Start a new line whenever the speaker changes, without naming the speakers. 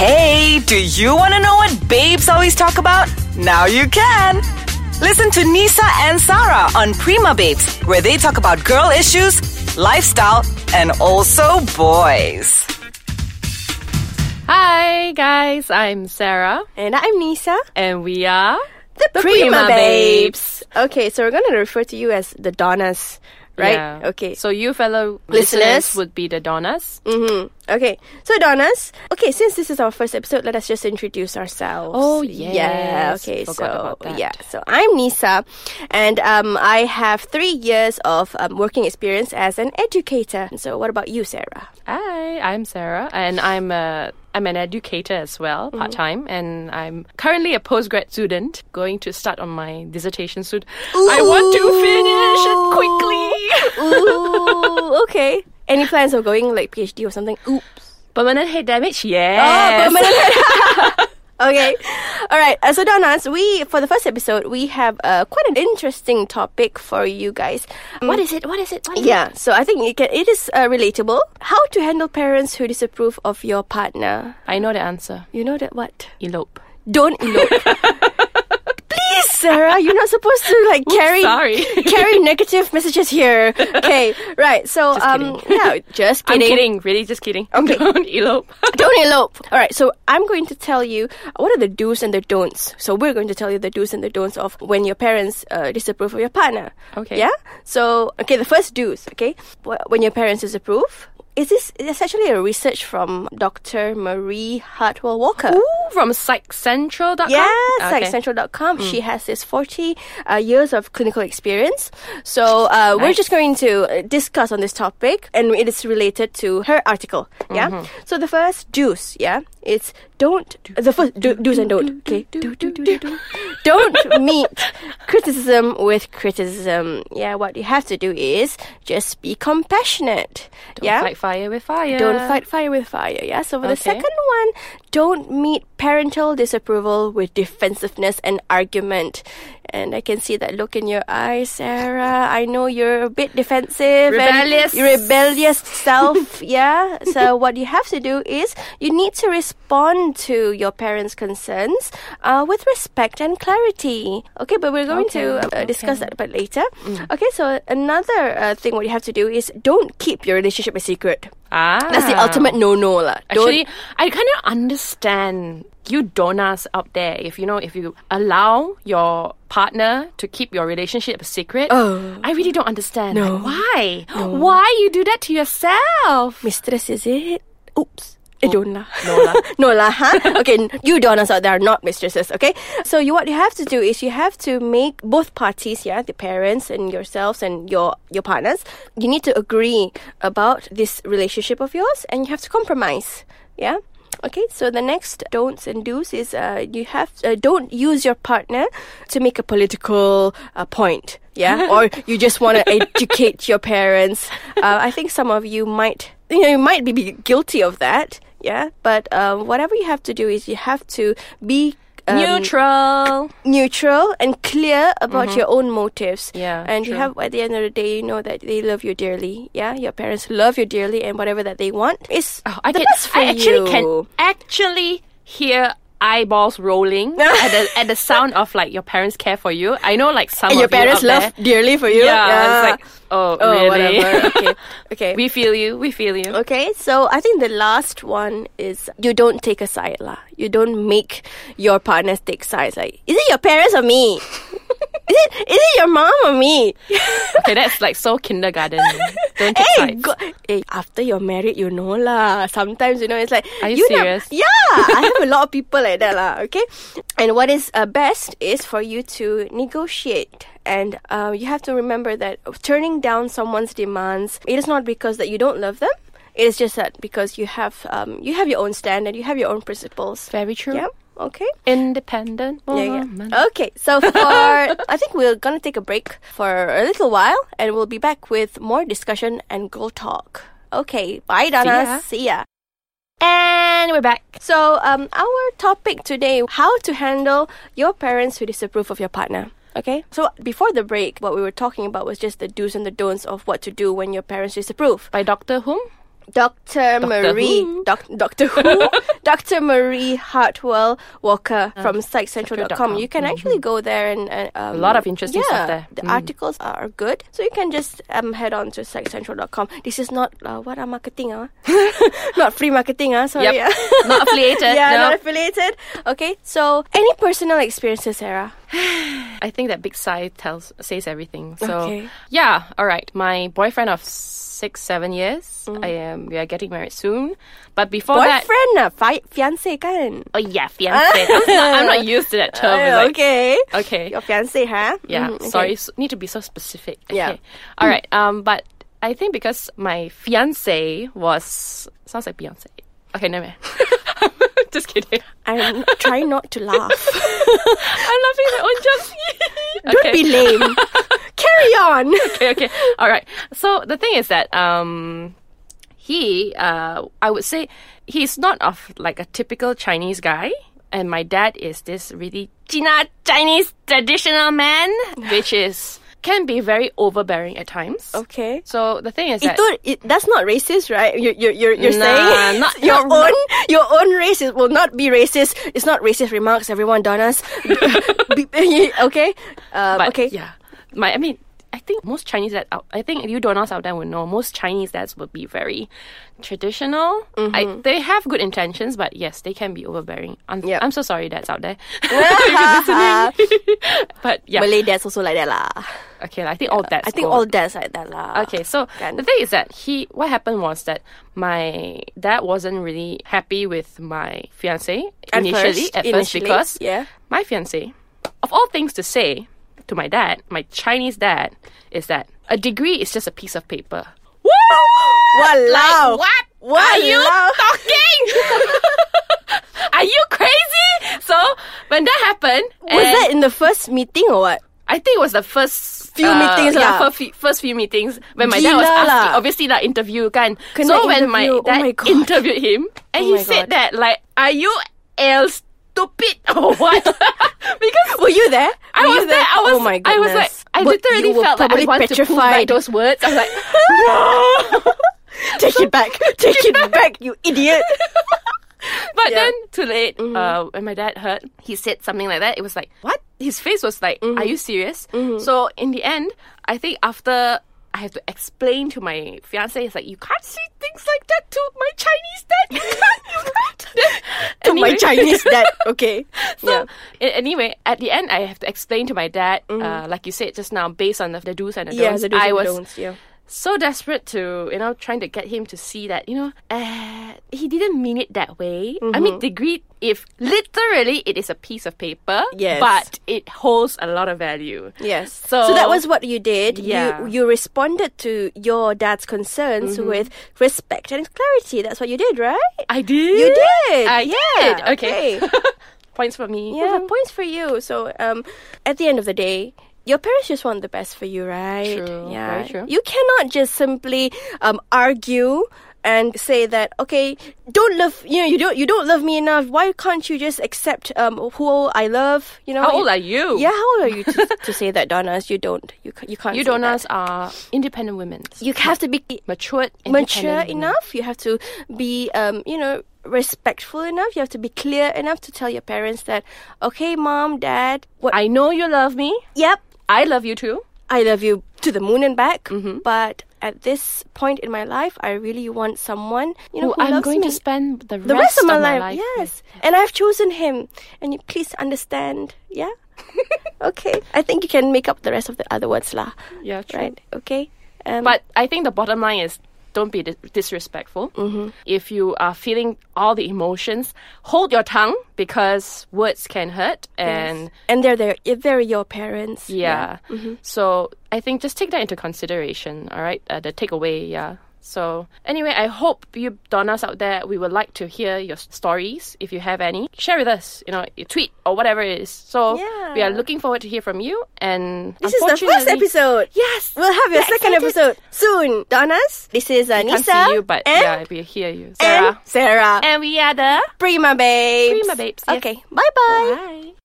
Hey, do you want to know what babes always talk about? Now you can. Listen to Nisa and Sarah on Prima Babes, where they talk about girl issues, lifestyle, and also boys.
Hi guys, I'm Sarah
And I'm Nisa,
and we are
the,
Prima Babes.
Okay, so we're gonna refer to you as the Donnas, right?
Yeah.
Okay.
So you fellow
Listeners. Mm.
listeners, would be the Donnas.
Okay, so Donnas. Okay, since this is our first episode, let us just introduce ourselves.
Oh,
yeah.
yes.
Okay,
Forgot
so
about that.
yeah, so I'm Nisa, and um, I have three years of um, working experience as an educator. So, what about you, Sarah?
Hi, I'm Sarah, and I'm a I'm an educator as well,
Mm-hmm.
part time, and I'm currently a postgrad student, going to start on my dissertation soon. I want to finish it quickly.
Ooh, okay. Any plans of going like PhD or something? Oops.
Permanent head damage,
Oh,
yes.
permanent. okay. All right. Uh, so, Donnas, we for the first episode we have uh, quite an interesting topic for you guys.
what is it? What is it? What is
Mm. Yeah. So I think it can, it is uh, relatable. How to handle parents who disapprove of your partner.
it? I know the answer.
You know that what?
Elope.
Don't elope. Please, Sarah, you're not supposed to like carry
sorry.
carry negative messages here. Okay, right. So um,
kidding.
yeah, just
I'm
kidding.
kidding, really just kidding.
Okay.
Don't elope.
Don't elope. All right, so I'm going to tell you what are the do's and the don'ts. So we're going to tell you the do's and the don'ts of when your parents uh, disapprove of your partner.
Okay.
Yeah. So okay, the first do's. Okay, Wh- when your parents disapprove, is this it's actually a research from Dr. Marie Hartwell Walker.
Ooh, from psychcentral.com?
Yes,
Okay.
psychcentral.com. She has this 40 uh, years of clinical experience. So uh, we're just going to uh, discuss on this topic, and it is related to her article. Yeah. So the first do's, yeah, it's don't the first do, do's and don't. Okay. Do, do, do, do. Don't meet criticism with criticism. Yeah. What you have to do is just be compassionate. yeah.
Fight fire with fire.
Don't fight fire with fire, yeah? So for the
Okay.
second one, don't meet parental disapproval with defensiveness and argument. And I can see that look in your eyes, Sarah. I know you're a bit defensive. and
Rebellious.
your rebellious self, yeah? So what you have to do is you need to respond to your parents' concerns uh, with respect and clarity. Okay, but we're going to uh,
Okay, Mm.
discuss that a bit later. Okay, so another uh, thing what you have to do is don't keep your relationship a secret.
Ah.
That's the ultimate no no lah. Don't-
Actually, I kind of understand you donors out there. If you know, if you allow your partner to keep your relationship a secret, I really don't understand.
Oh. No.
Like, why? Why you do that to yourself?
mistress is it? Oops. I don't lah.
Oh. No lah.
no lah, huh? Okay, n- you donors out there are not mistresses, okay? So you what you have to do is you have to make both parties, yeah, the parents and yourselves and your your partners, you need to agree about this relationship of yours and you have to compromise. Yeah? Okay, so the next don'ts and do's is uh, you have uh, don't use your partner to make a political uh, point, yeah, or you just want to educate your parents. Uh, I think some of you might, you know, you might be- be guilty of that, yeah. But um, whatever you have to do is you have to be um,
Neutral.
neutral and clear about your own motives.
Mm-hmm. Yeah,
And you
true.
have, at the end of the day, you know that they love you dearly. Yeah. Your parents love you dearly, and whatever that they want is
Oh, I
the
can.
best for
I actually
you.
can actually hear eyeballs rolling at the at the sound of like your parents care for you. I know, like some
And your
of you
parents
out
love
there-
dearly for you.
Yeah, it's like oh,
oh,
really?
whatever. Okay. Okay.
we feel you. We feel you.
Okay, so I think the last one is you don't take a side lah. You don't make your partners take sides. Like, is it your parents or me? is it is it your mom or me?
Okay, that's like so kindergarten. Don't take
Hey,
sides.
go, hey, after you're married, you know lah. Sometimes you know it's like
Are you
know-
serious?
yeah, I have a lot of people like that lah. Okay, and what is uh, best is for you to negotiate, and uh, you have to remember that turning down someone's demands it is not because that you don't love them. It is just that because you have um, you have your own standard, you have your own principles.
Very true.
Yeah. Okay.
Independent
Yeah,
woman.
yeah. Okay, so for I think we're gonna take a break for a little while, and we'll be back with more discussion and girl talk. Okay, bye,
ya.
Donna. See ya.
And we're back.
So, um, our topic today: how to handle your parents who disapprove of your partner. Okay, so before the break, what we were talking about was just the do's and the don'ts of what to do when your parents disapprove.
By Doctor Whom?
Dr. Marie,
Who.
Doc, Doctor Who, Dr. Marie Hartwell Walker
Um,
from psychcentral.com. You can actually go there and, and um, a
Mm-hmm. lot of interesting
yeah,
stuff there. Mm.
The articles are good, so you can just um, head on to psychcentral.com. This is not uh, what are marketing, ah, not free marketing, ah. Sorry,
Yep.
ah.
Not affiliated.
yeah,
no.
not affiliated. Okay, so any personal experiences, Sarah?
I think that big sigh tells says everything. So
Okay.
yeah, all right. My boyfriend of six, seven years. I am. we are getting married soon. But before Oh, that,
Boyfriend, ah, fi- fiance, kan? Eh,
oh yeah, fiance. I'm, not, I'm not used to that term. It's Oh, like-
okay.
Okay.
Your fiance, huh?
Yeah.
Mm, okay.
Sorry. s need to be so specific. Okay.
Yeah.
All right. Um. But I think because my fiance was sounds like Beyonce. Okay. No man. Just kidding.
I'm trying not to laugh.
I'm laughing at my own jokes.
Don't be lame. Carry on.
okay, okay. All right. So the thing is that um, he, uh, I would say, he's not of like a typical Chinese guy, and my dad is this really China Chinese traditional man, which is can be very overbearing at times.
Okay.
So the thing is that.
Itu, it, that's not racist, right? You, you, you're you're
Nah,
saying
not-
your
not-
own your own race is- will not be racist. It's not racist remarks. Everyone done us. Be- okay. Um,
But
okay.
yeah, my I mean, I think most Chinese dads out. I think you donors out there would know most Chinese dads would be very traditional.
Mm-hmm.
I, they have good intentions, but yes, they can be overbearing. I'm,
Yep.
I'm so sorry, dads out there. If you're listening. but yeah,
Malay dads also like that lah.
okay. I think all dads.
I think
go-
all dads like that lah.
Okay, so
Kan.
the thing is that he, what happened was that my dad wasn't really happy with my fiance
At
initially,
first,
at first,
initially,
because
yeah.
my fiance, of all things to say to my dad, my Chinese dad, is that a degree is just a piece of paper. Woo!
Walao.
What
Walao.
are you talking? are you crazy? So when that happened,
Was
and-
that in the first meeting or what?
I think it was the first uh,
Few meetings
Yeah,
lah.
fir- fe- first few meetings when my dad was
Gila
asking,
lah.
obviously that interview kan.
Kena
so when my
interview. Oh
dad
my God.
interviewed him, and
Oh
he
my
said
God.
that like, "Are you L stupid or what?" because
Were you there?
I
Were you
was there. I was.
Oh my goodness.
I was like, I
But
literally
you were
felt like I
probably
want to pull back
petrified.
those words. I was like,
Take it back. Take it back, you idiot.
but
Yeah. Mm-hmm.
then too late. Uh, when my dad heard, he said something like that. It was like, what? His face was like,
Mm-hmm.
are you serious? So in the end, I think after I have to explain to my fiance, it's like you can't say things like that to my Chinese dad. You can't. You can't.
to my Chinese dad. Okay.
So
yeah. Mm-hmm.
a- anyway, at the end, I have to explain to my dad, uh, like you said just now, based on the, the do's and the don'ts.
Yeah, the do's
I
and the
was
don'ts, yeah.
so desperate to you know trying to get him to see that you know uh, he didn't mean it that way. I mean,
Mm-hmm.
degree if literally it is a piece of paper,
Yes.
but it holds a lot of value.
Yes.
So-
that was what you did.
Yeah. Mm-hmm.
You you responded to your dad's concerns with respect and clarity. That's what you did, right?
I did.
You did.
I
yeah.
did. Okay. Points for me.
Yeah, points for you. So, um, at the end of the day, your parents just want the best for you, right?
True,
Yeah.
very true.
You cannot just simply um, argue and say that okay, don't love you know you don't you don't love me enough. Why can't you just accept um who I love? You know.
How old are you?
Yeah, how old are you to, to say that, Donna's? You don't. You ca- you can't.
You
say that.
donors are independent women.
You have to be
matured,
mature
independent women.
enough. You have to be, um, you know, respectful enough. You have to be clear enough to tell your parents that, okay, mom, dad, what?
I know you love me.
yep,
I love you too.
I love you to the moon and back.
Mm-hmm.
But at this point in my life, I really want someone, you
who
know, who
I'm
loves
going
me.
to spend the,
the rest of my, life.
with.
Yes, and I've chosen him, and you please understand. Yeah. okay, I think you can make up the rest of the other words, lah.
Yeah, true.
Right. Okay. Um,
But I think the bottom line is don't be dis- disrespectful.
Mm-hmm.
If you are feeling all the emotions, hold your tongue because words can hurt. And
and they're there. If they're your parents.
yeah.
Mm-hmm.
So I think just take that into consideration, all right? Uh, the takeaway, yeah. So anyway, I hope you donors out there, we would like to hear your s- stories if you have any. Share with us, you know, you tweet or whatever it is. So we are
Yeah.
looking forward to hear from you. And
This is the first episode.
Yes,
We'll have your
We're
second
excited.
episode soon. Donna's. This is uh,
Can't
Nisa.
see you, but
and,
yeah, we hear you, Sarah.
and Sarah.
And we are the
Prima babes.
Prima Babes, yes.
Okay. Bye bye.
Bye.